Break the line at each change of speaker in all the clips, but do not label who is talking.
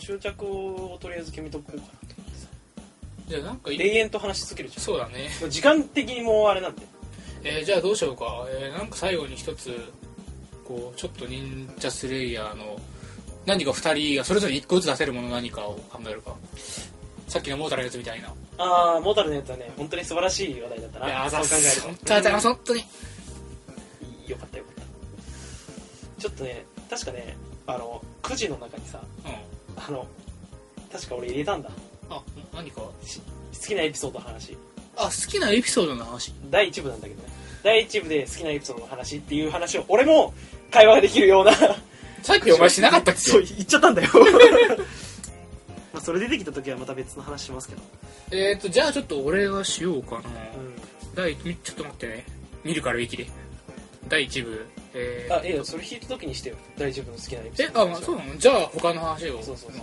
終着をとりあえず決めとこうかなと思ってさ
じゃあなんかいい
永遠と話し続けるじゃん
そうだね
もう時間的にもうあれなんで
えーじゃあどうしようか、えーなんか最後に一つこうちょっと忍者スレイヤーの何か二人がそれぞれ一個ずつ出せるもの何かを考えるかさっきのモータルのやつみたいな
ああモータルのやつはね本当に素晴らしい話題だったない
やーざっ
そう考える
す
と
本当にありがとうございます本当に
うんよかったよかったちょっとね確かねあのくじの中にさ
う
あの確か俺入れたんだ
んあ何か
好きなエピソードの話
あ好きなエピソードの話
第1部なんだけどね第1部で好きなエピソードの話っていう話を俺も会話ができるような
さっきお前しなかったっけ
そう言っちゃったんだよ まあそれ出てきた時はまた別の話しますけど、
えっ、ー、とじゃあちょっとお礼はしようかな、
う
第ちょっと待ってね見るから息で第1部え
ん、
ー
あいやそれ弾いた時にしてよ第1部の好きなエピソ
え
ード
あ、まあ、そうなのじゃあ他の話を
そうそうそう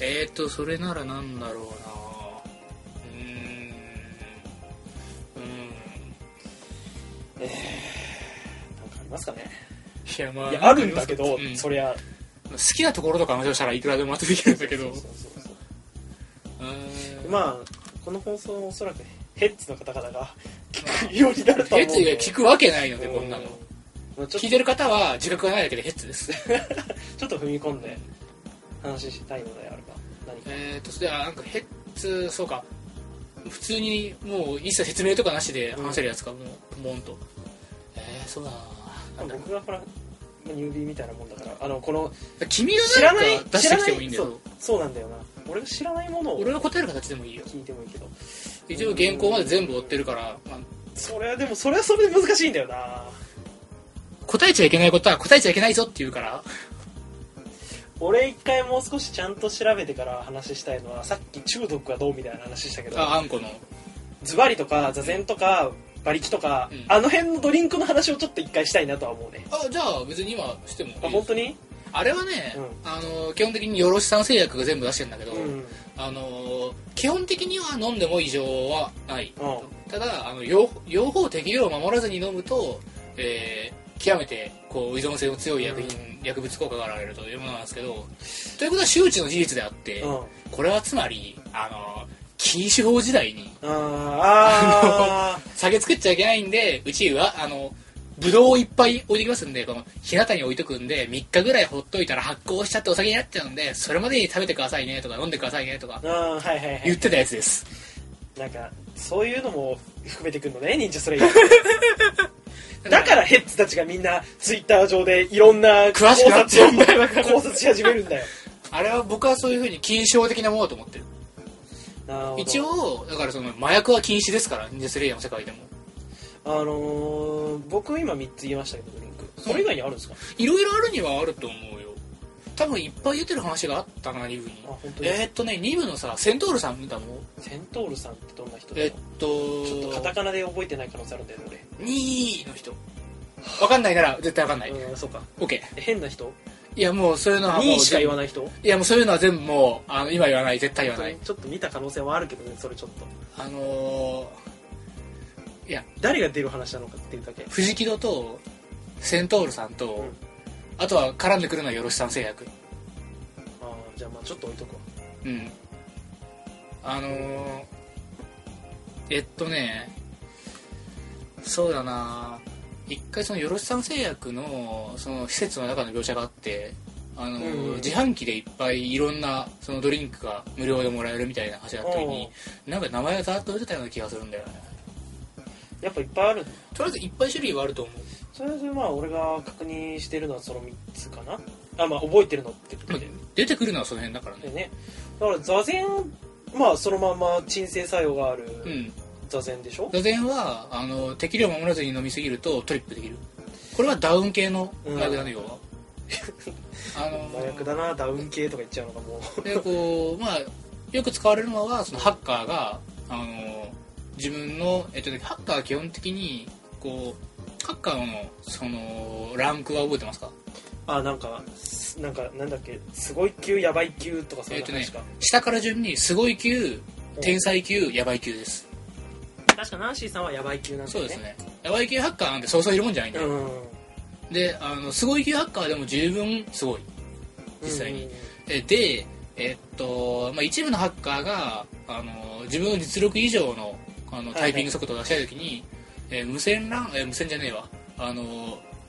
えっ、ー、とそれならなんだろうなうーんうー
なんかありますかね
んいやまあ
いやあるんだけど、
うん
そりゃ
好きなところとかの話をしたらいくらでもまとできるんだけど
そうそうそう
うーん
まあこの放送はおそらくヘッズの方々が聞くようになると
ヘ
思う
ッズ以外聞
く
くわけないのでこんなの
ちょっ
聞い
と
てる方は自覚がないだけでヘッズです
ちょっと踏み込んで話したいのであれば何か
えー、とそれはなんかヘッズそうか普通にもう一切説明とかなしで話せるやつか、もうポンとえー、そうだななんだろ
僕がほらニュービーみたいなもんだからあのこの
う君が
知らな
何
い
か出してきてもいいんだ
知ら
よ
ないそうそうなんだよな俺が知らないものを
俺の答える形でもいいよ
聞いてもいいけど
一応原稿まで全部追ってるから、まあ
それはでもそれはそれで難しいんだよな
答えちゃいけないことは答えちゃいけないぞって言うから
俺一回もう少しちゃんと調べてから話したいのはさっき中毒はどうみたいな話したけど
ああんこの
ズバリとか座禅とか馬力とか、
うん
あの辺のドリンクの話をちょっと一回したいなとは思うね
あじゃあ別に今してもいい
あ本当に
あれはね、
うん
あの基本的によろしさん製薬が全部出してるんだけど、
うん
あの基本的には飲んでも異常はない、
う
ただあの用用法適量を守らずに飲むと、えー極めてこう依存性の強い薬品、薬物効果が現れるというものなんですけどということは周知の事実であって、
うん
これはつまりあの禁酒法時代に
あーあ
酒作っちゃいけないんでうちはあのブドウをいっぱい置いてきますんでこの日向に置いとくんで3日ぐらいほっといたら発酵しちゃってお酒になっちゃうんでそれまでに食べてくださいねとか飲んでください ねとか
ーうんはいはいは
言っ
い
てたやつです
なんかそういうのも含めてくるのね忍者それ以外だからヘッズたちがみんなツイッター上でいろんな考
詳しくなっちゃうんだよだから
考察し始めるん だよ
あれは僕はそういうふうに禁酒法的なものだと思ってる
なるほど
一応だからその麻薬は禁止ですから忍者スレイヤーの世界でも
あのー、僕今3つ言いましたけどドリンクそれ以外にあるんですか、
いろいろあるにはあると思うよ多分いっぱい出てる話があったな2部に
あ本当に
えー、っとね2部のさセントールさん見たの
セントールさんってどんな人だ
え
ろ
っと
うちょっとカタカナで覚えてない可能性あるんだよね俺
2の人わかんないなら絶対わかんない、
うん、そうか。
オッケ
変な人
ーいやもうそういうのはもう
?2 位しか言わ
な
な
い
い人
いやもうそういうのは全部もうあの今言わない絶対言わない
ちょっと見た可能性はあるけどね、それちょっと。
あのーいや
誰が出る話なのかっていうだけ。
藤木戸とセントールさんと、
うん
あとは絡んでくるのはよろしさん製薬
ああ、じゃあまあちょっと置いとくわ。
うんあのーえっとねそうだな一回そのよろしさん製薬のその施設の中の描写があってあのー
うん
自販機でいっぱいいろんなそのドリンクが無料でもらえるみたいな話があった時になんか名前がざーっと出てたような気がするんだよね
やっぱいっぱいある。
とりあえずいっぱい種類はあると思う
それでまあ俺が確認してるのはその3つかな。あ、まあ覚えてるのってことで。
出てくるのはその辺だから
で
ね
ね。だから座禅、まあそのまま鎮静作用がある
うん
座禅でしょ、
座禅はあの適量を守らずに飲みすぎるとトリップできるこれはダウン系の麻薬だね、要 はあの
麻薬だな、ダウン系とか言っちゃうの がもう。
でこうまあよく使われるのはそのハッカーがあの自分の、えっとね、ハッカーは基本的にこうハッカーのそのランクは覚えてますか
あ、なんか、すなんかなんだっけ、すごい級、やばい級とかそうい
え
う
っとね
話か。
下から順にすごい級天才級ヤバい級です
確かナンシーさんはやばい級なんだよね。
そうですねヤバい級ハッカーなんてそうそういるもんじゃないんだよ、
うん。
であのすごい級ハッカーでも十分すごい実際に
うん
えでえっと、まあ、一部のハッカーが、あの、自分の実力以上の、あの、タイピング速度を出したいときに、えー無線 LAN、えー無線じゃねえわ、あの、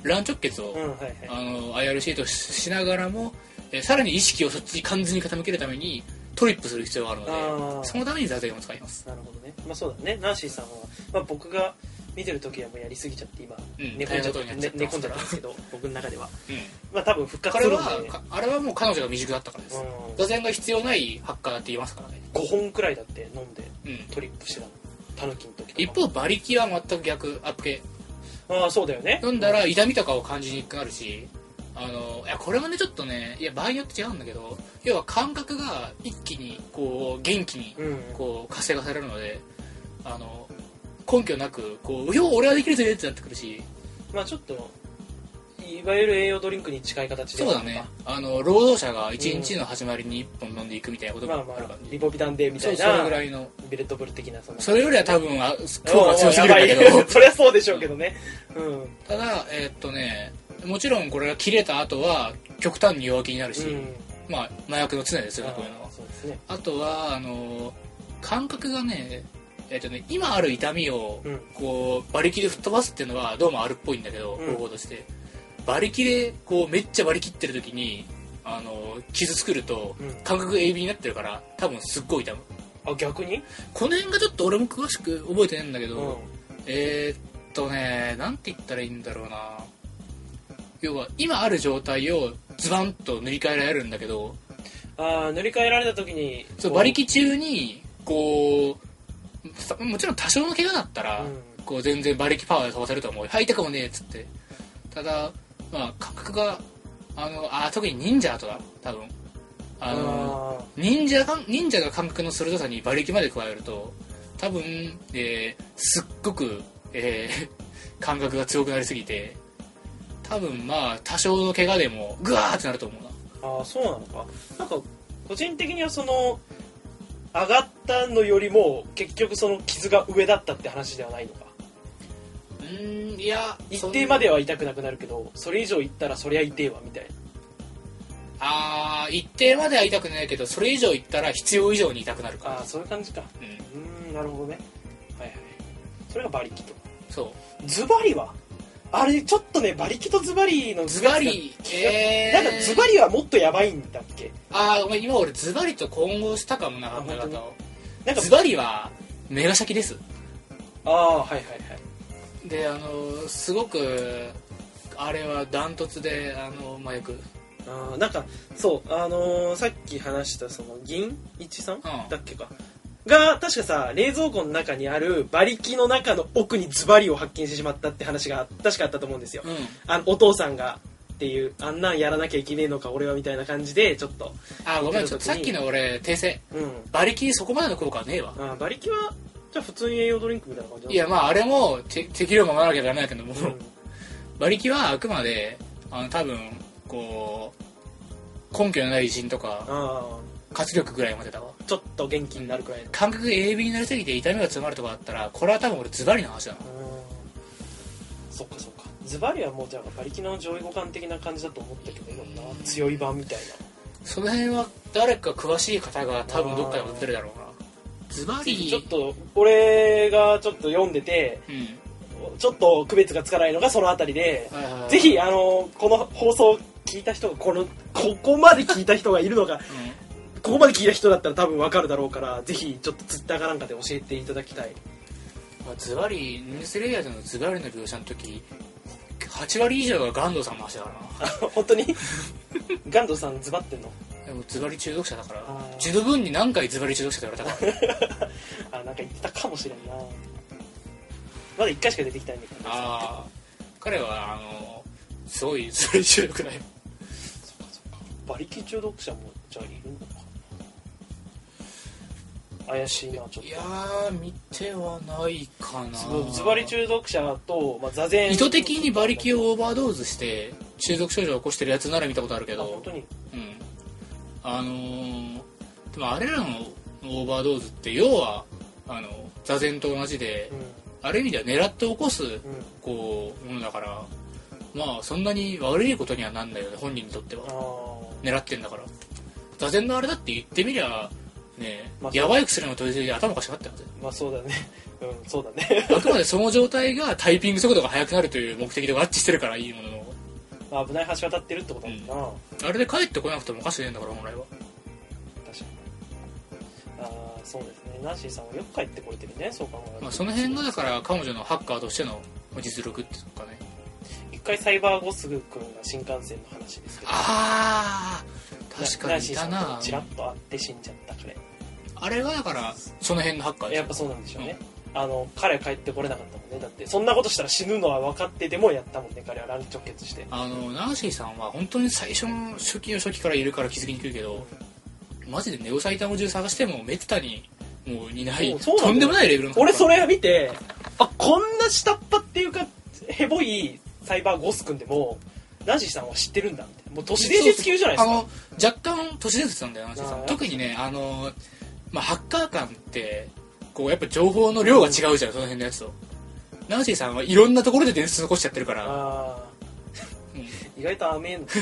LAN 直結を、
うんはいはい
あの、IRC とししながらも、えーさらに意識をそっちに完全に傾けるために、トリップする必要があるの
あー
で、そのために座禅を使います。
なるほどねまあそうだねナンシーさんは、まあ、僕が見てる時はもうやりすぎちゃって今、
ん
寝込んじゃった、
大変な
ね
ことに
寝
なっちゃ
込
った
んじゃったんですけど僕の中では
うん。
まあ多分復活
こ
す
れ
るん
は
で、
かあれはもう彼女が未熟だったからです。
うん
座禅が必要ないハッカーだって言いますからね。
5本くらいだって飲んで
うん。
トリップしてたのタヌキの時とか
一方、馬力は全く逆、アップ系。
ああそうだよね
飲んだら痛みとかを感じにくくなるしあのいやこれもねちょっとねいや場合によって違うんだけど要は感覚が一気にこう元気に
うん
こう活性化されるのであの根拠なくこう「うよ俺はできるぜ」ってなってくるし
まあちょっといわゆる栄養ドリンクに近い形で
そうだねあの労働者が一日の始まりに1本飲んでいくみたいなこと
ま
が
あま
あるか
あ
ら、
リポビタンデーみた
そ
いう
そ
な
れぐらいの
ビレットブル的なその
それよりは多分あ今日が強すぎるんだけ
おうやば
ど
い そりゃそうでしょうけどねうん、うん
ただえーっとねもちろんこれが切れた後は極端に弱気になるし、まあ麻薬の常ですよねこういうのは
あーそうですね
あとはあの感覚がね,、えっとね今ある痛みを
うん
こう馬力で吹っ飛ばすっていうのはどうもあるっぽいんだけど、
うん
方法として馬力でこうめっちゃ馬力ってる時にあの傷作ると
うん
感覚が鋭敏になってるから多分すっごい痛む
あ逆に
この辺がちょっと俺も詳しく覚えてないんだけど、
うん
えーっとねなんて言ったらいいんだろうな要は今ある状態をズバンと塗り替えられるんだけど
ああ塗り替えられた時に
そう
こ
馬力中にこうさもちろん多少の怪我だったら、
うん
こう全然馬力パワーで飛ばせると思う「はいたかもねえ」っつってただまあ感覚があのあ特に忍者だとだ多分あの
あ
忍者が忍者が感覚の鋭さに馬力まで加えると多分、えーすっごく、えー 感覚が強くなりすぎて多分まあ多少の怪我でもグワーってなると思うな
ーあーそうなのかなんか個人的にはその上がったのよりも結局その傷が上だったって話ではないのか
うーんいや
一定まで
は
は痛くなくなるけどそれ以上いったらそりゃ痛えわみたい
あー一定までは痛くないけどそれ以上いったら必要以上に痛くなる
なあ
か
あそういう感じか
ら、うん、
うーんなるほどねはいはいそれが馬力と
そ
ズバリはあれちょっとね馬力とズバリの
うズバリえ
な
ー、
んかズバリはもっとやばいんだっけ
ああごめん今俺ズバリと混合したかもな
あ
考え
本
方
当
を
なんか
ズバリは目が先です
ああはいはいはい
であのーすごくあれはダントツであの麻薬
あーなんかそうあのーさっき話したその銀一さん、だっけかが確かさ冷蔵庫の中にある馬力の中の奥にズバリを発見してしまったって話が確かあったと思うんですよ、
うん
あのお父さんがっていうあんなんやらなきゃいけねえのか俺はみたいな感じでちょっと
あーごめんちょっとさっきの俺訂正
うん
馬力にそこまでの効果はねえわ
あー馬力はじゃあ普通に栄養ドリンクみたいな感じ
いやまああれもて適量守らなきゃダメだけども、
うんうん
馬力はあくまであの多分こう根拠のない偉人とか
あ
活力ぐらいまでだわ
あちょっと元気になるくらいの
感覚が鋭敏になりすぎて痛みが強まるとかだったらこれは多分俺ズバリの話だな
うんそっかそっかズバリはもうじゃあ馬力の上位互換的な感じだと思ったけど今な強い版みたい
その辺は誰か詳しい方が多分どっかで売ってるだろうなズバ
な
リ
ちょっと俺がちょっと読んでて
うん
ちょっと区別がつかないのがそのあたりで、
はいはいはい
ぜひあのこの放送を聞いた人がこのここまで聞いた人がいるのが
う
ここまで聞いた人だったら多分わかるだろうからぜひちょっとツイッターかなんかで教えていただきたい
んまあズバリニュースレイヤーズのズバリの描写の時8割以上がガンドさんの話だからな
本当に ガンドさんズバってんの
でもズバリ中毒者だから
あー
十分に何回ズバリ中毒者って言われたから
あなんか言ってたかもしれんなまだ1回しか出てきたいんだけど
ああ彼はあのすごいそれ中毒だよ
そっかそっか馬力中毒者もじゃあいるのかな怪しいなちょっ
いやー見てはないかな
とズバリ中毒者と、まあ、座禅
意図的に馬力をオーバードーズして中毒症状を起こしてるやつなら見たことあるけ
あ本
ど
当に
うんあのーでもあれらのオーバードーズって要はあの座禅と同じで
うん
ある意味では狙って起こす
うん
こうものだからまあそんなに悪いことにはなんないよね本人にとっては
あ
狙ってんだから座禅のあれだって言ってみりゃね、
まあ
やばい薬の取りすぎで頭おかしくなってますよ
まあそうだねうんそうだね
あくまでその状態がタイピング速度が速くなるという目的で合致してるからいいものの
まあ危ない橋渡ってるってことだもんな、
あれで帰ってこなくてもおかしくねえんだから本来は
確かにああそうですねナンシーさんはよく帰ってこれてるねそう考えると、
まあ、その辺がだから彼女のハッカーとしての実力っていうかね
一回サイバーゴスグ君が新幹線の話ですけど
ああ確か
ナン
に
シ
い
ーさ
た
んと
な
チラッと会って死んじゃった彼
あれがだからその辺のハッカーでし
や
ょ
っぱそうなんでしょうね、あの彼は帰ってこれなかったもんねだってそんなことしたら死ぬのは分かっててもやったもんね彼は乱直結して
あのナンシーさんは本当に最初の初期の初期からいるから気づきにくいけどマジでネオサイタム中探してもめったにもういない
そうそうなんだよ
とんでもないレベルの
俺そ
れ
れ見てあこんな下っ端っていうかヘボいサイバーゴス君でもナンシーさんは知ってるんだみたいなもう都市伝説級じゃないで
あ
すか
の若干都市伝説なんだよナンシーさ
あ
ん
ー
特にねあの、まあ、ハッカー感ってこうやっぱ情報の量が違うじゃんその辺のやつとナンシーさんはいろんなところで伝説残しちゃってるから
あー
うん
意外と甘えんの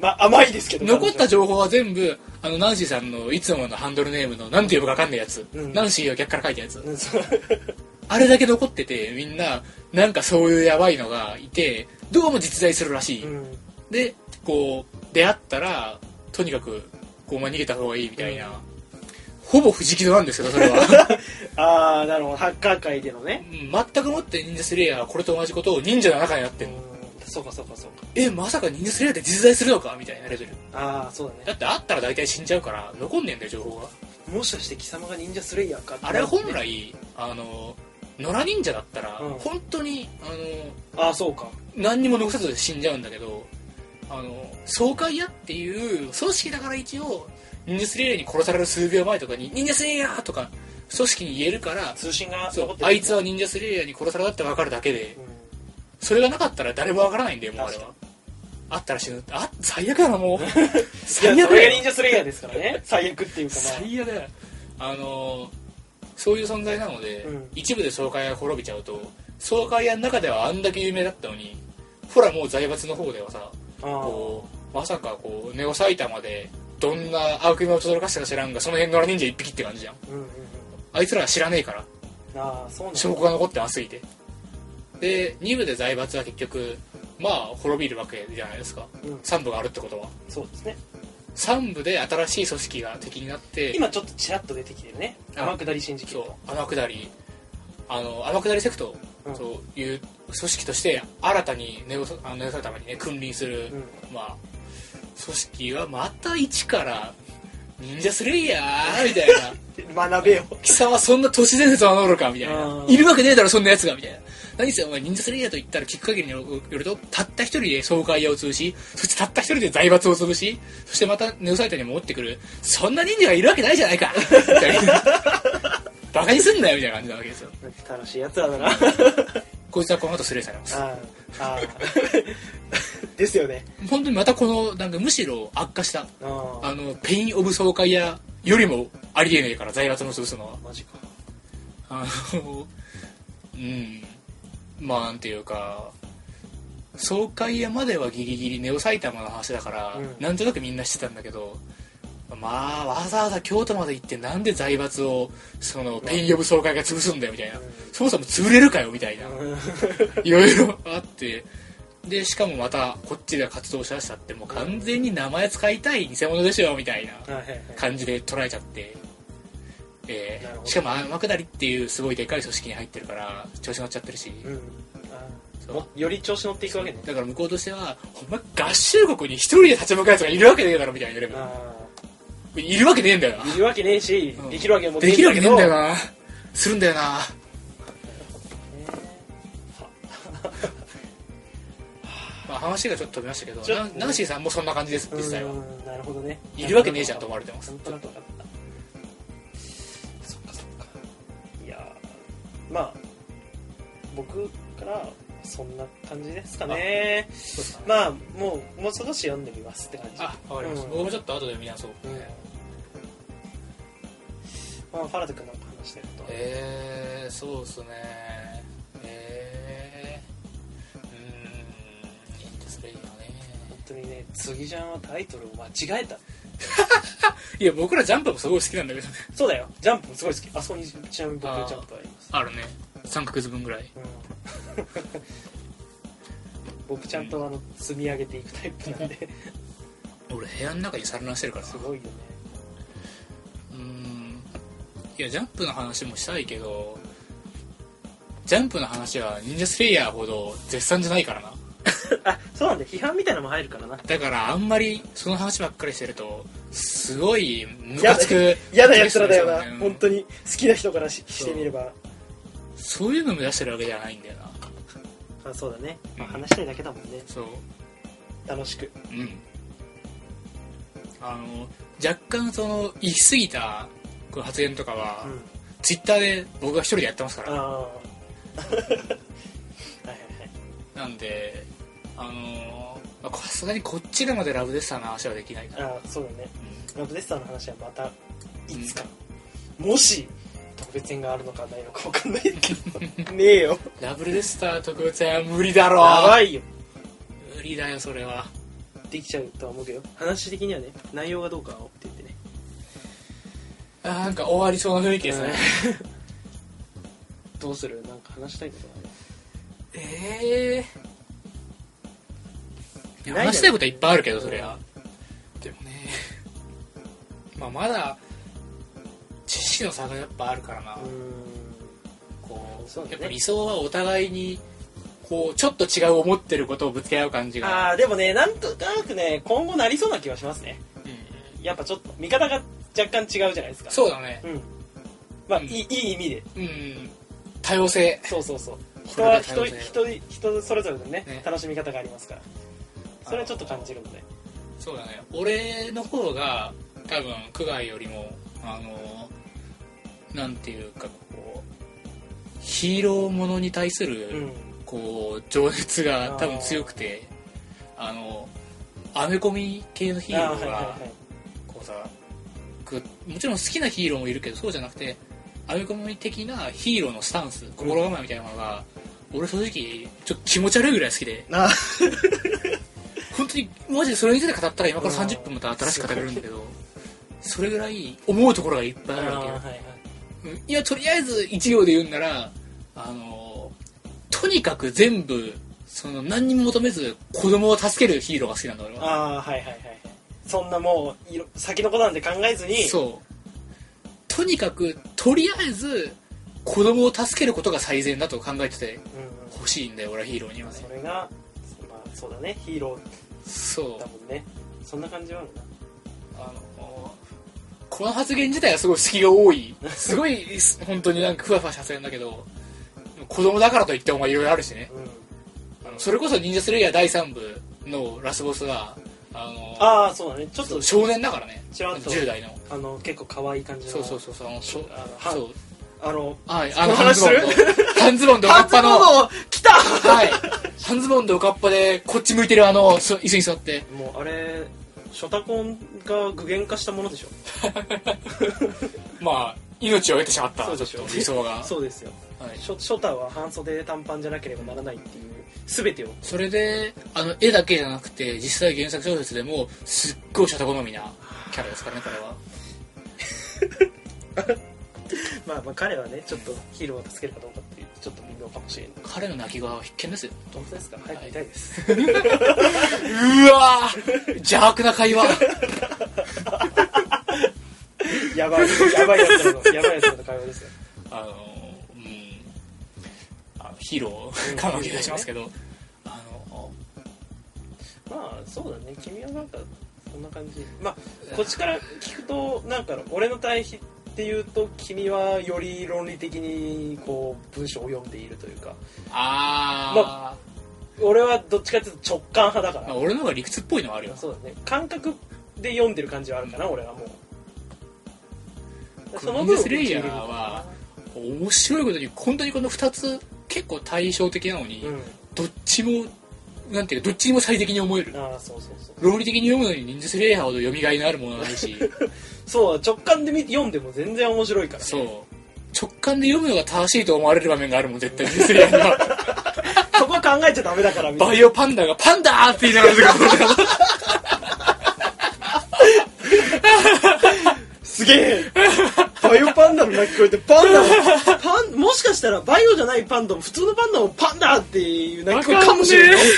まあ甘いですけど
残った
彼
情報は全部あのナンシーさんのいつものハンドルネームのなんて呼ぶか分かんないやつ、
うん
ナンシーは逆から書いたやつ
女はうんそう
あれだけ残っててみんななんかそういうやばいのがいてどうも実在するらしい、
うん
でこう出会ったらとにかくこう、まあ、逃げた方がいいみたいな、
うん
ほぼ藤木戸なんですけどそ れは
ああなるほどハッカー界でのね
うん全くもって忍者スレイヤーはこれと同じことを忍者の中にやって
うん
の、
そうかそうかそうか
えまさか忍者スレイヤーって実在するのかみたいなレベル
ああそうだね
だってあったら大体死んじゃうから残んねえんだよ情報が
もしかして貴様が忍者スレイヤーか
あれは本来あの野良忍者だったら、
うん
本当にあの
ああそうか
何にも残さず死んじゃうんだけどあの爽快屋っていう組織だから一応忍者スレイヤーに殺される数秒前とかに「忍者スレイヤー!」とか組織に言えるから
通信が
そ
残
う
って
あいつは忍者スレイヤーに殺されたって分かるだけで
うん
それがなかったら誰も分からないんだよもうあれは
確
あったら死ぬあ最悪だ なもう
いや
最
それ
悪だ
が
よ
忍者スレイヤーですから ね最悪っていうかまあ
最悪だよあのそういう存在なので、
うん
一部で爽快屋が滅びちゃうと爽快屋の中ではあんだけ有名だったのにほらもう財閥の方ではさ
あー
こうまさかこうネオ埼玉でどんな悪夢を轟かしたか知らんがその辺の忍者一匹って感じじゃん
うんうんうん
あいつらは知らねえから
ああそうなんだ
証拠が残ってなすぎてで2部で財閥は結局まあ滅びるわけじゃないですか
うん
3部があるってことは
そうですね
3部で新しい組織が敵になって
今ちょっとチラッと出てきてるね
あ
天下り新事件
そう天下りあの天下りセクト
うん
という組織として新たにネオあのネオ埼玉にね君臨する、
うん
まあ、組織はまた一から忍者スレイヤーみたいな
学べよ
貴様そんな都市伝説を名乗るかみたいな
うん
いるわけねえだろそんなやつがみたいな何せお前忍者スレイヤーと言ったら聞く限りによるとたった一人で爽快屋を潰しそしてたった一人で財閥を潰しそしてまたネオサイトに戻ってくるそんな忍者がいるわけないじゃないかみたいなバカにすんなよみたいな感じなわけですよ
楽しいやつら だなあ
こいつはこの後スレイされます
ーあー ですよね
本当にまたこのなんかむしろ悪化した
ああ
あの、ペイン・オブ・爽快屋よりもありえねえから、財閥の潰すのは。
マジか
あの、うん。まあ、なんていうか、爽快屋まではギリギリネオ埼玉の話だから、
うん
なんとなくみんなしてたんだけど、まあ、わざわざ京都まで行ってなんで財閥を、その、ペイン・オブ・爽快が潰すんだよ、みたいな。そもそも潰れるかよ、みたいな。いろいろあって、で、しかもまた、こっちで活動しだしたって、もう完全に名前使いたい偽物でしょ、みたいな。
はいはいはい
感じで捉えちゃって、え
なるほ
ー、
ど
しかも天下りっていうすごいでかい組織に入ってるから調子乗っちゃってるし、
うんあー
そう
もより調子乗っていくわけね
だから向こうとしてはお前合衆国に一人で立ち向かうやつがいるわけねえだろみたいなレベル
あ
いるわけねえんだよ
あいるわけねえし、
うん
できるわけ
な
も
できるわけねえんだよ
ね
なするんだよなまあ話がちょっと飛びましたけど
ちょっと
なナンシーさんもそんな感じです
え
実際は
うんなるほどね
いるわけねえじゃんと思われてます
なんとなくわかったそっかそっかいやーまあ僕からそんな感じですかね
そうですかね
まあもうもう少し読んでみますって感じ
あわかります
うん
僕もちょっと後で見直そう
うんまあ、ファラド君なんか話してると、
えー、そうですねえー、うーん忍者スレイヤーね
本当にね次ジャンはタイトルを間違えた
いや僕らジャンプもすごい好きなんだけどね
そうだよジャンプもすごい好きあそこにちなみに僕のジャンプあります
あるね3ヶ月分ぐらい
うん 僕ちゃんとあの積み上げていくタイプなんで
俺部屋の中に散乱してるからな
すごいよね
うーんいやジャンプの話もしたいけどジャンプの話は忍者スレイヤーほど絶賛じゃないからな
あそうなんだ批判みたいなのも入るからな
だからあんまりその話ばっかりしてるとすごいムカつく
嫌なやつらだよな、
うん
本当に好きな人からししてみれば
そういうの目指してるわけじゃないんだよな
あそうだね、まあ
うん
話したいだけだもんね
そう
楽しく
うんあの若干その行き過ぎたこう発言とかは、
うん
ツイッターで僕が一人でやってます か
ああ
ら
はいはいはい
なんであのまあさすがにこっちらまでラブデスターの話はできないから、
ああそうだね
うん
ラブデスターの話はまたいつか、もし特別編があるのかないのか分かんないけ どねえよ
ラブデスター特別は無理だろ
やばいよ
無理だよそれは
できちゃうとは思うけど話的にはね内容がどうかは追って言ってね
あーなんか終わりそうな雰囲気ですね、
どうするなんか話したいことは
ええ
いや
話したいことはいっぱいあるけどそりゃでもねまあまだ知識の差がやっぱあるからな、
あるうーん
こう
そうだね
やっぱ理想はお互いにこうちょっと違う思ってることをぶつけ合う感じが
ああでもねなんとなくね今後なりそうな気はしますね
うん
やっぱちょっと見方が若干違うじゃないですか
そうだね
ううんまあ、
うん
いいいい意味で
うん多様性
そうそうそう人
これ
は
が
人
多様性
人人それぞれのね
ね
楽しみ方がありますからそれはちょっと感じるので
そうだね俺の方が多分区外よりもあのなんていうかこうヒーローものに対する、
うん
こう情熱が多分強くてあのアメコミ系のヒー
あ
ロ
ーは
ー
いはい
は
はい
こうさくもちろん好きなヒーローもいるけどそうじゃなくてアメコミ的なヒーローのスタンス心構えみたいなのが、俺正直ちょっと気持ち悪いぐらい好きで
あ
本当にマジでそれについて語ったら今から30分また新しく語れるんだけどそれぐらい思うところがいっぱいあるわけよ
はいはい
うんいやとりあえず一行で言うんならあのとにかく全部その何にも求めず子供を助けるヒーローが好きなんだ俺は
あーはいはいはいはいそんなもういろ先のことなんて考えずに
そうとにかくとりあえず子供を助けることが最善だと考えてて
うんうん、
欲しいんだよ俺はヒーローにはね
それが、まあ、そうだねヒーロー
そ
だ
う
もんねそんな感じはあるな
あのこの発言自体はすごい隙が 多いすごい本当になんかふわふわした発言だけどでも子供だからといってお前いろいろあるしね
うん
あのそれこそ忍者スレイヤー第3部のラスボスはあの
ああそうだねちょっ
そ
と
う少年だからね
ちらっと
10代の
あの結構可愛い感じの
そうそうそうそうあのそう
あのは
そう
あの
はいあの
この話する
半ズボンと半ズボンと
の
おかっ
来た
ぱのはい半ズボンとおかっぱでこっち向いてるあのそ椅子に座って
もうあれショタコンが具現化したものでしょ
まあ命を得てしまった
そう
ち
で
ょっ
しょ
と理想が、はい、
そうですよショショタは半袖短パンじゃなければならないっていう全てを
それであの絵だけじゃなくて実際原作小説でもすっごいシャタ好みなキャラですからねこれは
まあまあ彼はねちょっとヒーローを助けるかどうかっていうちょっと微妙かもしれない
彼の泣き顔は必見ですよ
本当ですか早く見たいです、
うわー邪悪な会話
やばいやばいやつらのやばいやつらの会話ですよ
あの、うん、あのヒーロー 感を気がしますけど、あの、
まあそうだね君はなんかそんな感じまあこっちから聞くとなんか俺の対比っていうと君はより論理的にこう文章を読んでいるというか
あ
俺はどっちかっていうと直感派だか
ー、
ら、
まあ、俺の方が理屈っぽいのはあるよ。
そうだね感覚で読んでる感じはあるかな、俺はもう
このスレイヤーは面白いことに、本当にこの2つ、結構対照的なのに、
うん
どっちも、なんていうか、どっちにも最適に思える。
ああそうそうそう
論理的に読むのに忍術レイヤーほど読みがいのあるものはない し、
そう直感で見て読んでも全然面白いから、
そう。直感で読むのが正しいと思われる場面があるもん、絶対忍術レイヤーには。
そこは考えちゃダメだからみた
バ
い
イオパンダがパンダーって言いながら出てくる
げえバイオパンダの鳴き声ってパンダもパンもしかしたらバイオじゃないパンダも普通のパンダもパンダっていう鳴き声かもしれない
わかんね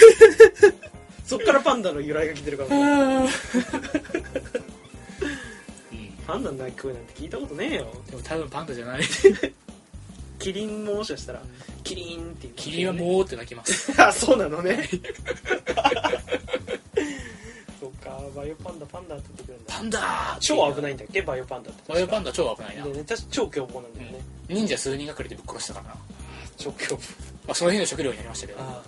そっからパンダの由来が来てるかもしれない
うん
パンダの鳴き声なんて聞いたことねえよ
でも多分パンダじゃ ない
キリンももしかしたらキリンっていう
キリンはもうって鳴きます
あそうなのねそっかバイオパンダパンダって言ってくるんだ
パンダー
超危ないいんだっけバイオパンダって
バイオパンダ超危ないな、
でね確か超凶暴なんだよね、
忍者数人がかりでぶっ殺したからな、
超凶暴
まあ、その日の食料になりましたけど
あ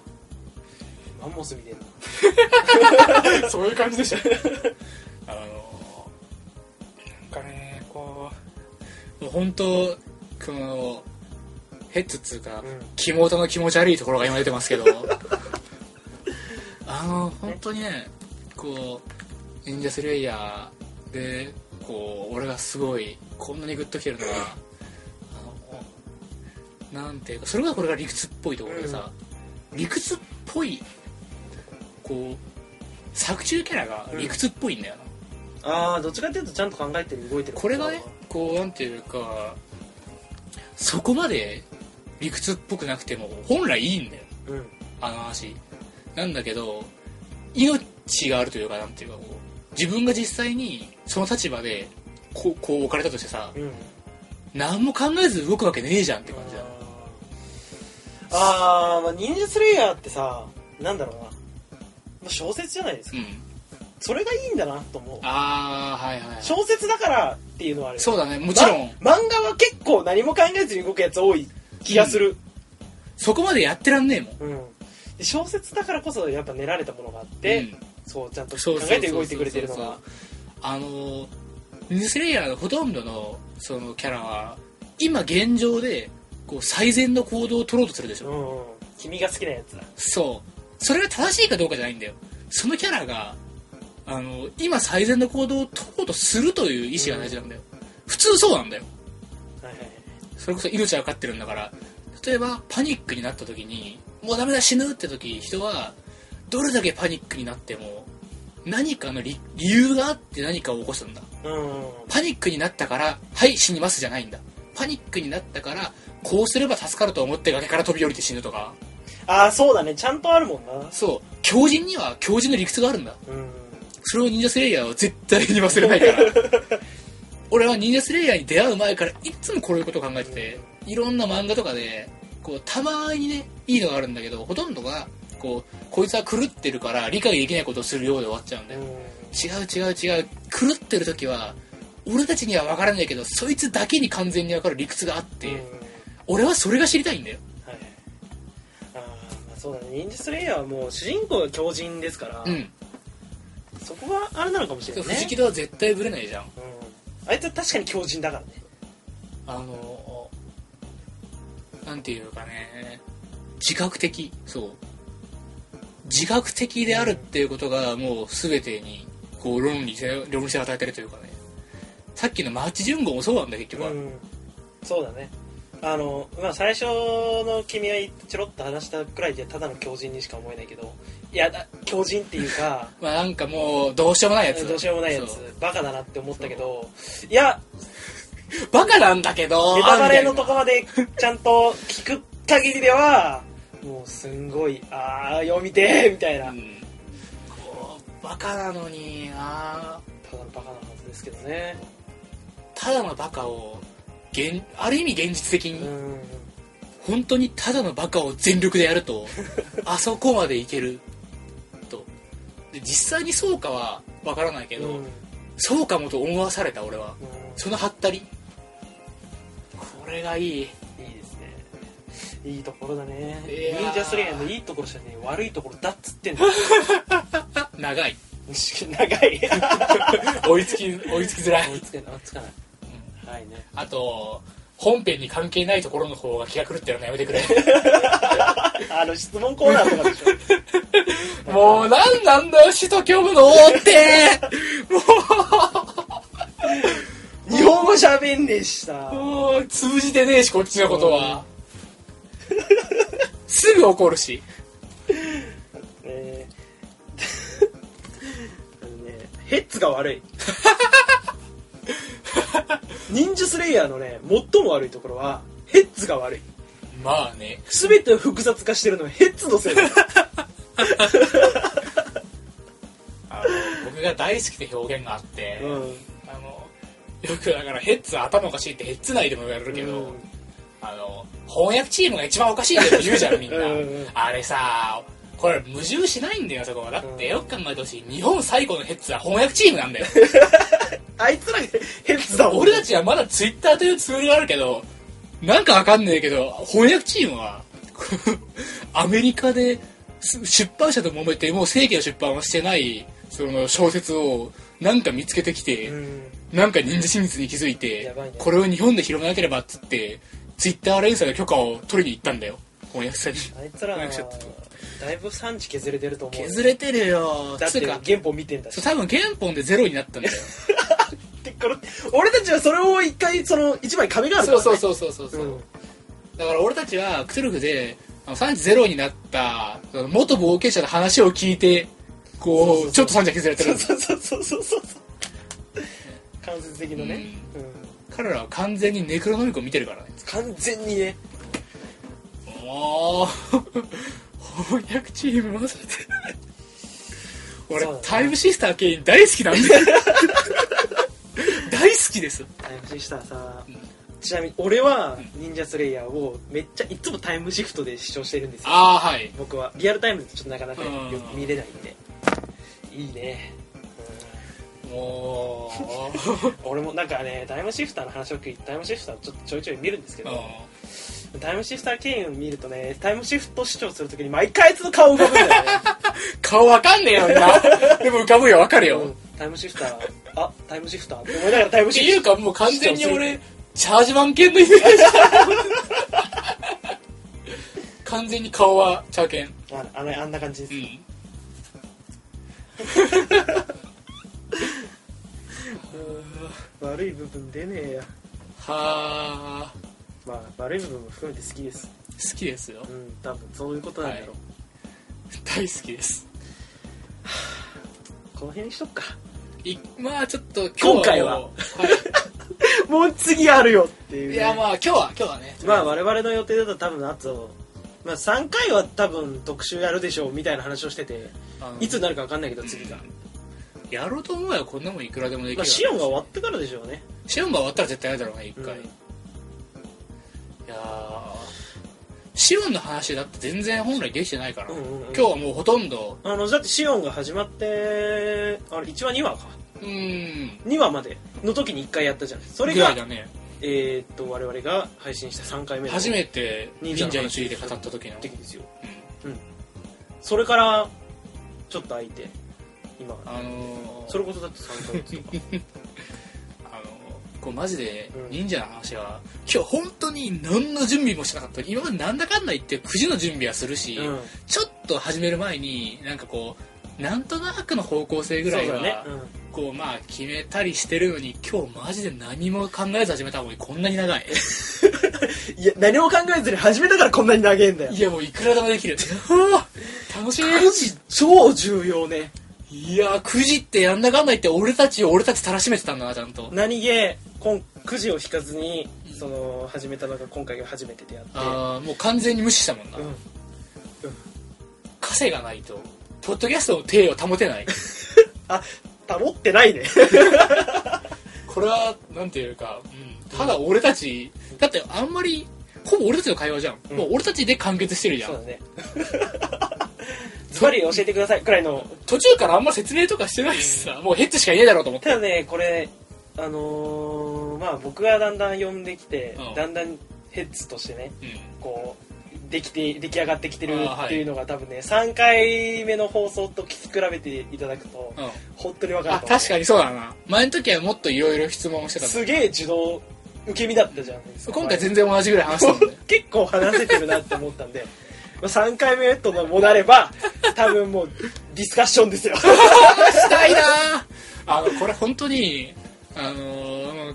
あマンモスみたいな
そういう感じでしたあのーなんかねこうもう本当このヘッズっつうか、
うん
キモオタの気持ち悪いところが今出てますけ どあの本当にねこう忍者スレイヤーでこう俺がすごいこんなにグッときてるのはあのなんていうかそれがこれが理屈っぽいところでさ、理屈っぽいこう作中キャラが理屈っぽいんだよな、
ああどっちかっていうとちゃんと考えてる動いてる
これがねこうなんていうかそこまで理屈っぽくなくても本来いいんだよ
うん
あの話なんだけど命があるというかなんていうかこう自分が実際にその立場でこうこう置かれたとしてさ
うん
何も考えず動くわけねえじゃんって感じだ
あーまあ忍者スレイヤーってさなんだろうな、まあ、小説じゃないです
う
か
ん
それがいいんだなと思う
ああはいはいはい
小説だからっていうのはある
そうだねもちろん、
ま漫画は結構何も考えずに動くやつ多い気がする、
そこまでやってらんねえもん
うんで小説だからこそやっぱ練られたものがあって、
うん
そうちゃんと
そ
考
うそうそうそう
えて動いてくれてるのが
あのニュースレイヤーのほとんどのそのキャラは今現状でこう最善の行動を取ろうとするでしょ、
うんうん君が好きなやつだ
そうそれが正しいかどうかじゃないんだよそのキャラがあの今最善の行動を取ろうとするという意思が大事なんだよ、普通そうなんだよ
はいはいはい
それこそ命はかかってるんだから例えばパニックになった時にもうダメだ死ぬって時人はどれだけパニックになっても何かの理理由があって何かを起こすんだ
うんうん
パニックになったからはい死にますじゃないんだパニックになったからこうすれば助かると思って崖から飛び降りて死ぬとか
ああそうだねちゃんとあるもんな
そう狂人には狂人の理屈があるんだ
うん
それを忍者スレイヤーは絶対に忘れないから 俺は忍者スレイヤーに出会う前からいっつもこういうことを考えてていろんな漫画とかでこうたまにねいいのがあるんだけどほとんどがこうこいつは狂ってるから理解できないことをするようで終わっちゃうんだ
う
よ、
ん
違う違う違う狂ってる時は俺たちには分からないけどそいつだけに完全に分かる理屈があって、
うん
俺はそれが知りたいんだよ
はいあーまあそうだね忍者スレイヤーはもう主人公が強人ですから、
うん
そこはあれなのかもしれないね
藤木戸は絶対ブレないじゃん
うんあいつは確かに強人だからね
あのなんていうかね自覚的そう自覚的であるっていうことがもう全てにこう論理性論理性を与えてるというかねさっきのマーチ順号もそうなんだ結局は、
うん、そうだねあの、まあ、最初の君はちょろっと話したくらいでただの狂人にしか思えないけどいやだ狂人っていうか
まあなんかもうどうしようもないやつ
どうしようもないやつ
そう
バカだなって思ったけどいや
バカなんだけど
ネタバレのとこ
あ
までちゃんと聞く限りではもうすんごいああ読みてーみたいな、
みたいなうんこうバカなのにああ
ただのバカなはずですけどね
ただのバカを現ある意味現実的
う
に、
ん
本当にただのバカを全力でやる とあそこまでいけるとで実際にそうかはわからないけど、
うん
そうかもと思わされた俺はそのハったりこれがいい
いいですねいいところだね
いやー
忍者スレイヤーのいいところじゃねえ悪いところだっつ ってんだよ
長い
長い
追いつき追いつきづら
追いつけない追いつかない、はいね
あと本編に関係ないところの方が気が狂ってるのやめて くれ
あの質問コーナーとか でしょ
もうなんなんだよ首都教務の王って
日本語喋んねえしさ
もう通じてねえしこっちのことはすぐ怒るし
え ーあのねヘッズが悪い忍術スレイヤーのね最も悪いところはヘッズが悪い
まあね
全てを複雑化してるのはヘッズのせいだ
あの僕が大好きで表現があって、
うん
あのよくだからヘッツは頭おかしいってヘッツ内でも言われるけど、
うん
あの翻訳チームが一番おかしいんだよ言うじゃんみんな
うんうん
あれさこれ矛盾しないんだよそこはだって
うん
よく考えてほしい日本最古のヘッツは翻訳チー ムなんだよ
あいつらヘッズだもん
俺たちはまだツイッターというツールがあるけどなんかわかんねえけど翻訳チームは アメリカです出版社と揉めてもう正規の出版はしてないその小説をなんか見つけてきて、
うん
なんか忍者真実に気づいて、
やばいね
これを日本で広めなければっつって、ツイッター連載の許可を取りに行ったんだよ。翻訳者に。
あいつらは
なんかちょっ
だいぶ産地削れてると思う
削れてるよ。
だっ
つう
て
か、
原本見てんだし
そう多分原本でゼロになったんだよ。
ってから俺たちはそれを一回その一枚壁があるか
そ
ら、
う
ね、
そうそうそうそうそう。
うん
だから俺たちはクトゥルフで、あの産地ゼロになった、その元冒険者の話を聞いて、こ
そうそうそ
う、
う
ちょっと産地削れてるんだ
そうそうそうそうそう間接的なね、うん
彼らは完全にネクロノミコン見てるからね。
完全にね
おー翻訳チームまさて俺、
そうだね
タイムシスターケイン大好きなんだよ大好きです
タイムシフターさ、
うん
ちなみに俺は忍者スレイヤーをめっちゃいつもタイムシフトで視聴してるんですよ
ああはい
僕はリアルタイムでちょっとなかなかよ
う
く
ん
見れないんでいいね、
も
うん俺もなんかねタイムシフターの話を聞いてタイムシフターをちょっとちょいちょい見るんですけ
う、う
ど、
ん、
タイムシフター経由を見るとねタイムシフト視聴するときに毎回あいつの顔浮かぶんだよね、
顔わかんねえよなでも浮かぶよわかるよ、
う
っ
んタイムシフターあタイムシフターって思いながらタイム
て
シ
い
フ
う
ター
かもう完全に俺チャージマン犬のイメージ完全に顔はチャーケン
ああのあんな感じです、
うん
悪い部分出ねえや
はあ
まあ悪い部分も含めて好きです
好きですよ
うん多分そういうことなんだろう、
は大好きです
この辺にしとっか
いまあちょっと今
今回は
も
もう次あるよっていうう、
は
ね、
い、いやまあ今日は今日はね
まあ我々の予定だと多分あと、まあ、3回は多分特集やるでしょうみたいな話をしてて
あの
いつになるか分かんないけど次が、
やろうと思えばこんなもんいくらでもできる
まあ、
わ
シオンが終わってからでしょうね
シオンが終わったら絶対やるだろうね一回、
うん
いやーシオンの話だって全然本来できてないから、
うんうんうん
今日はもうほとんど
あのだってシオンが始まってあれ1話2話か
うーん
2話までの時に1回やったじゃんそれ
ぐら
が
いだね
えーっと我々が配信した3回目の
初めて忍
忍
者
者
の
の話
注意で語った時の、
時ですよ
うん
それからちょっと空いて今が
あのー
それこそだって3ヶ月 とか
あのこうマジで
うん
忍者の話は、今日本当に何の準備もしてなかった今までなんだかんだ言って9時の準備はするし、
うん
ちょっと始める前になんかこうなんとなくの方向性ぐらい
そうだね
は、こうまあ決めたりしてるのに今日マジで何も考えず始めた方がこんなに長 い
うんいや何も考えずに始めたからこんなに長えんだよ
いやもういくらでもできる楽し
9時超重要ね
いいやー9時ってやんなかんないって俺たちを俺たちたらしめてたんだなちゃんと
何気今9時を引かずにその始めたのが今回が初めてであって
あーもう完全に無視したもんな、
うん
稼がないとポッドキャストの体を保てない
あ保ってないね
これはなんていうか、うん、ただ俺たちだってあんまりほぼ俺たちの会話じゃん、
うん
もう俺たちで完結してるじゃ
そうんだねズバリ教えてくださいくらいの
途中からあんま説明とかしてないしさ、もうヘッドしかいねえだろうと思って
ただねこれあのーまあ僕がだんだん読んできて、
うん
だんだんヘッズとしてね
うん
こうできて出来上がってきてる
あー
っていうのが多分ね、3回目の放送と聞き比べていただくと、
うん
本当に分かる
あ
と思う
確かにそうだな前の時はもっといろいろ質問してた
すげえ受動受け身だったじゃん
今回全然同じぐらい話したもんね
結構話せてるなって思ったんで、まあ、3回目ともなれ ば多分もうディスカッションですよ
したいなあのこれ本当にあの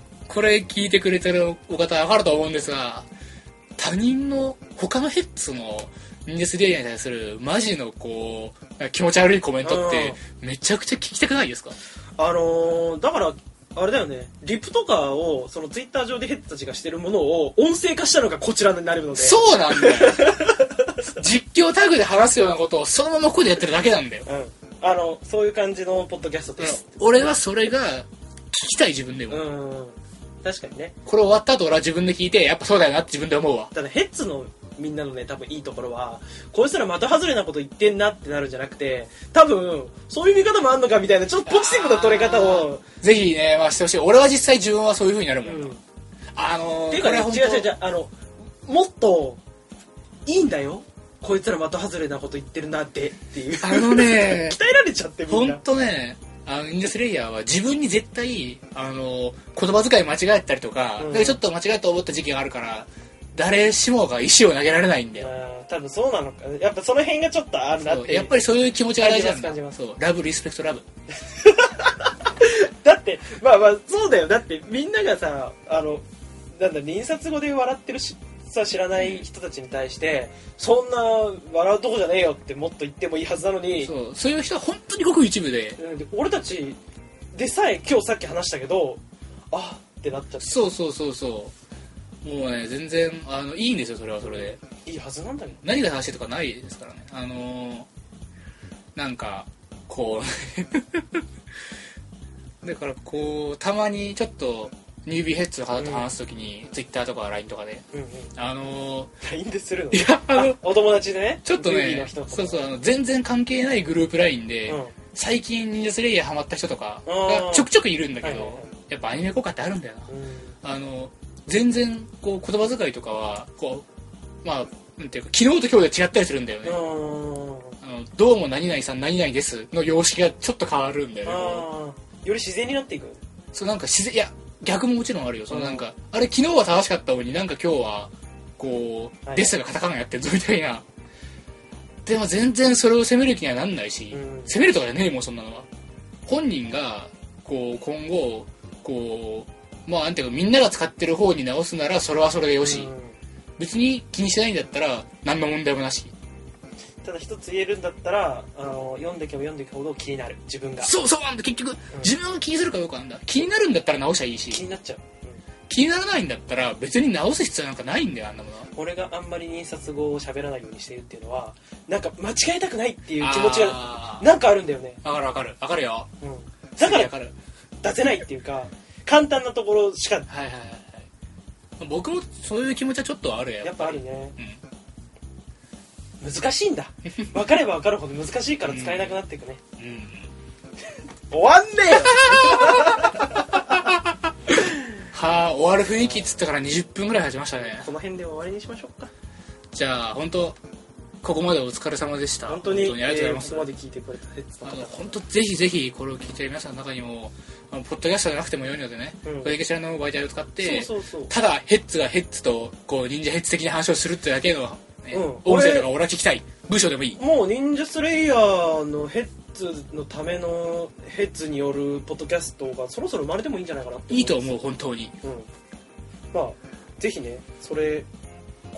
ーこれ聞いてくれてるお方わかると思うんですが他人の他のヘッズの忍術レイヤーに対するマジのこう気持ち悪いコメントってめちゃくちゃ聞きたくないですか
あのーだからあれだよねリプとかをそのツイッター上でヘッドたちがしてるものを音声化したのがこちらになるのでう、
そう なんだよ実況タグで話すようなことをそのままここでやってるだけなんだよ、
ん、あのそういう感じのポッドキャストです、
俺はそれが聞きたい自分で
う
も、
ん、確かにね
これ終わった後俺は自分で聞いてやっぱそうだよなって自分で思うわ
ただヘッツのみんなのね多分いいところはこいつら的外れなこと言ってんなってなるんじゃなくて多分そういう見方もあんのかみたいなちょっとポジティブな取れ方を
ぜひね、まあ、してほしい俺は実際自分はそういう風になるもん、
うん
あのー、
っていうかね
これ本当
違う違う違うあのもっといいんだよこいつら的外れなこと言ってるなってっていう鍛
あの ね
えられちゃってみん
本
な
当ね、あの、インデスレイヤーは自分に絶対、あの、言葉遣い間違えたりとか、
うん
なんかちょっと間違えた思った時期があるから、誰しもが石を投げられないんだよ。
あー多分そうなのかやっぱその辺がちょっとあるなっ
そう
て
やっぱりそういう気持ちが大事なんだ
感じます
そうラブリスペクトラブ
だってまあまあそうだよだってみんながさあのなんだ印刷語で笑ってるしさ知らない人たちに対してそんな笑うとこじゃねえよってもっと言ってもいいはずなのに、
そうそういう人は本当にごく一部で
うんで俺たちでさえ今日さっき話したけどあってなっちゃっ
そうそうそうそうもうね全然あのいいんですよそれはそれで
ていいはずなんだけど
何が正しいとかないですからねあのーなんかこう だからこうたまにちょっとニュービーヘッズの方と話すときに、Twitter とか LINE とかで
うんうん
あの
LINE でするの
ーいやあの
お友達でね
ちょっと
ルビーの
ね
人とか
そうそうあの全然関係ないグループ LINE で、
うん
最近忍者スレイヤーハマった人とか
あー
がちょくちょくいるんだけど、
はいはいはい
やっぱアニメ効果ってあるんだよな
うん
あの全然こう言葉遣いとかはこうまあなんていうか昨日と今日で違ったりするんだよね、
うん
あのどうも何々さん何々ですの様式がちょっと変わるんだよねこ
あーより自然になっていく
うそうなんか自然いや逆ももちろんあるよその
うん
なんか、あれ昨日は正しかったのになんか今日はこう、
はい
ですがカタカナやってるぞみたいなでも全然それを責める気にはなんないし、
うん
責めるとかじゃねえもんそんなのは本人がこう今後こうまあなんていうかみんなが使ってる方に直すならそれはそれでよし、
うん
別に気にしないんだったら何の問題もなした
だ一つ言えるんだったらあの読んでけば読んでいくほど気になる自分が
そうそうなんだ結局、自分が気にするかどうかなんだ気になるんだったら直しゃいいし
気になっちゃう、
気にならないんだったら別に直す必要なんかないんだよあんなものは
うん俺があんまり印刷語を喋らないようにしてるっていうのはなんか間違えたくないっていう気持ちが
あ
なんかあるんだよね、
ーわかるわかるわかるよ
うん、だか
わ
ら
かる
出せないっていうか簡単なところしか
はいはいはいはい僕もそういう気持ちはちょっとはあるよ
やっぱあるね
うん
難しいんだ分かれば分かるほど難しいから使えなくなっていくね、
うん
終わんねえよ
はあ終わる雰囲気っつってから20分ぐらい始ましたね
この辺で終わりにしましょうか
じゃあ本当ここまでお疲れ様でした
本当に
ありがとうご
えーこ
ざ
こ
いま、
ますで聞いてくれたヘッズの
あ
方
の本当ぜひぜひこれを聞いてる皆さんの中にもあのポッドキャストじゃなくてもよいのでね、
うん
これだけ知らの媒体を使って
そうそうそう
ただヘッズがヘッズとこう忍者ヘッズ的な話をするってだけの、ね
うん
音声とか俺は聞きたい文章でもいい
もう忍者スレイヤーのヘッズのためのヘッズによるポッドキャストがそろそろ生まれてもいいんじゃないかなって
いいと思う本当に
う、うん、まあぜひねそれ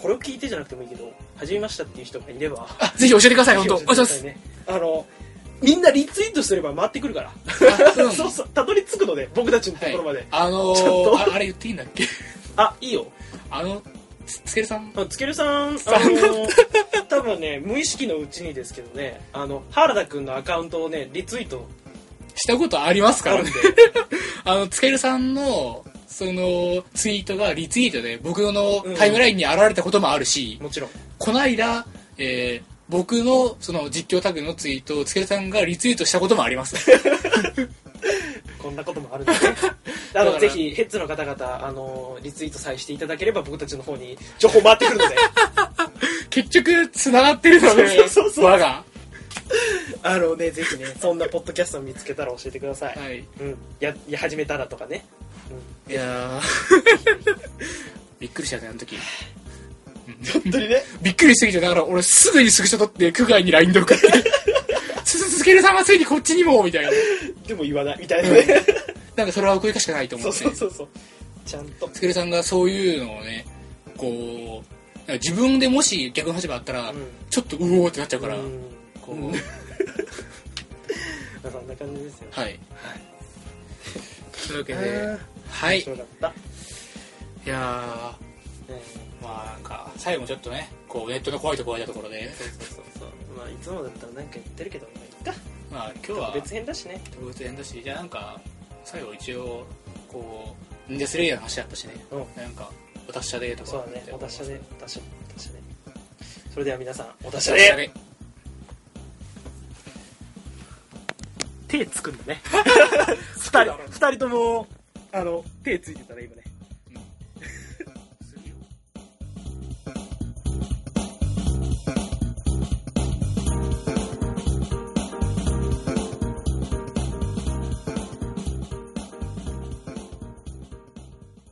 これを聞いてじゃなくてもいいけど始めましたっていう人がいれば
あぜひ教えてくださ い本当お
ぜ
願
ひ
い
教えてくださ
します
いねあのみんなリツイートすれば回ってくるから
あそ う
そうそうたどり着くので僕たちのと
はい
ころまで、
あの
ちょっ
ー、ああれ言っていいんだっけ
あいいよ
あのつつけるさん
あつけるさん、あのー 多分ね無意識のうちにですけどねあの原田君のアカウントをねリツイート
したことありますか
あ
ら
るん
ね
で
あのつけるさんのそのツイートがリツイートで僕のタイムラインに現れたこともあるし、
もちろん
この間、えー僕のその実況タグのツイートをつけるさんがリツイートしたこともあります
こんなこともあるんで、 ね、あ
だか
の
ら
ぜひヘッズの方々あのリツイートさえしていただければ僕たちの方に 情報回ってくるので
結局繋がってるの ね
そうそうそう
輪が
あのねぜひねそんなポッドキャストを見つけたら教えてください、
はい
うん、やや始めたらとかね、
いやー びっくりしたねあの時
うん、本当に ね
びっくりしすぎてだから俺すぐにスクショ撮って区外に LINE で送 ってつけるさんはついにこっちにもみたいな
でも言わないみたいな ね
なんかそれは送りかしかないと思
そうう
ね
そうそうそうちゃんと
つけるさんがそういうのをねこう自分でもし逆の立場あったら、
うん
ちょっとうおーってなっちゃうから、
うん
こう、
うん
は
まあそんな感じですよ
いというわけ
あ
で
ー
はいい
そうだった、
や
えー
ーまあなんか最後もちょっとねこうネットの怖いところだところで
そうそうそうそうまあいつもだったらなんか言ってるけどまあいっか
まあ今日は
特別編だしね
特別編だしじゃあなんか最後一応こう忍者スレイヤーの話だったしね
うん
なんかお達者でとか
そうだねお達者でお達者お達者でそれでは皆さんお
お
達
達
者
者
で
で
手つくんだね
二人
二人ともあの手ついてたら今ね